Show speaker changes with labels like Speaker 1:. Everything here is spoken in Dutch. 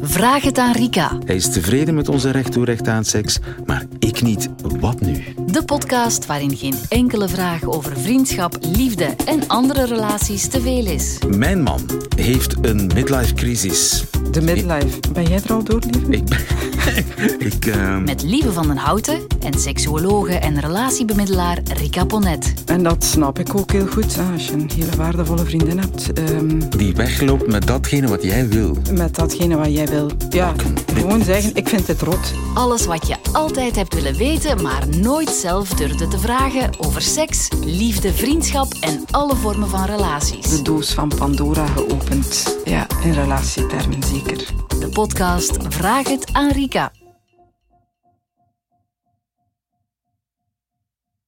Speaker 1: Vraag het aan Rika,
Speaker 2: Hij is tevreden met onze recht toe recht aan seks, maar ik niet. Wat nu?
Speaker 1: de podcast waarin geen enkele vraag over vriendschap, liefde en andere relaties te veel is.
Speaker 2: Mijn man heeft een midlife crisis.
Speaker 3: De midlife. Ben jij er al door, lieve?
Speaker 2: Ik, ik ehm,
Speaker 1: Met Lieve van den Houten en seksuologe en relatiebemiddelaar Rika Ponet.
Speaker 3: En dat snap ik ook heel goed. hè. Als je een hele waardevolle vriendin hebt, ehm,
Speaker 2: die wegloopt met datgene wat jij wil.
Speaker 3: met datgene wat jij wil. Ja, gewoon zeggen, ik vind dit rot.
Speaker 1: Alles wat je altijd hebt willen weten, maar nooit zelf durfde te vragen over seks, liefde, vriendschap en alle vormen van
Speaker 3: De
Speaker 1: relaties.
Speaker 3: doos van Pandora geopend. Ja, in relatietermen zeker.
Speaker 1: De podcast Vraag het aan Rika.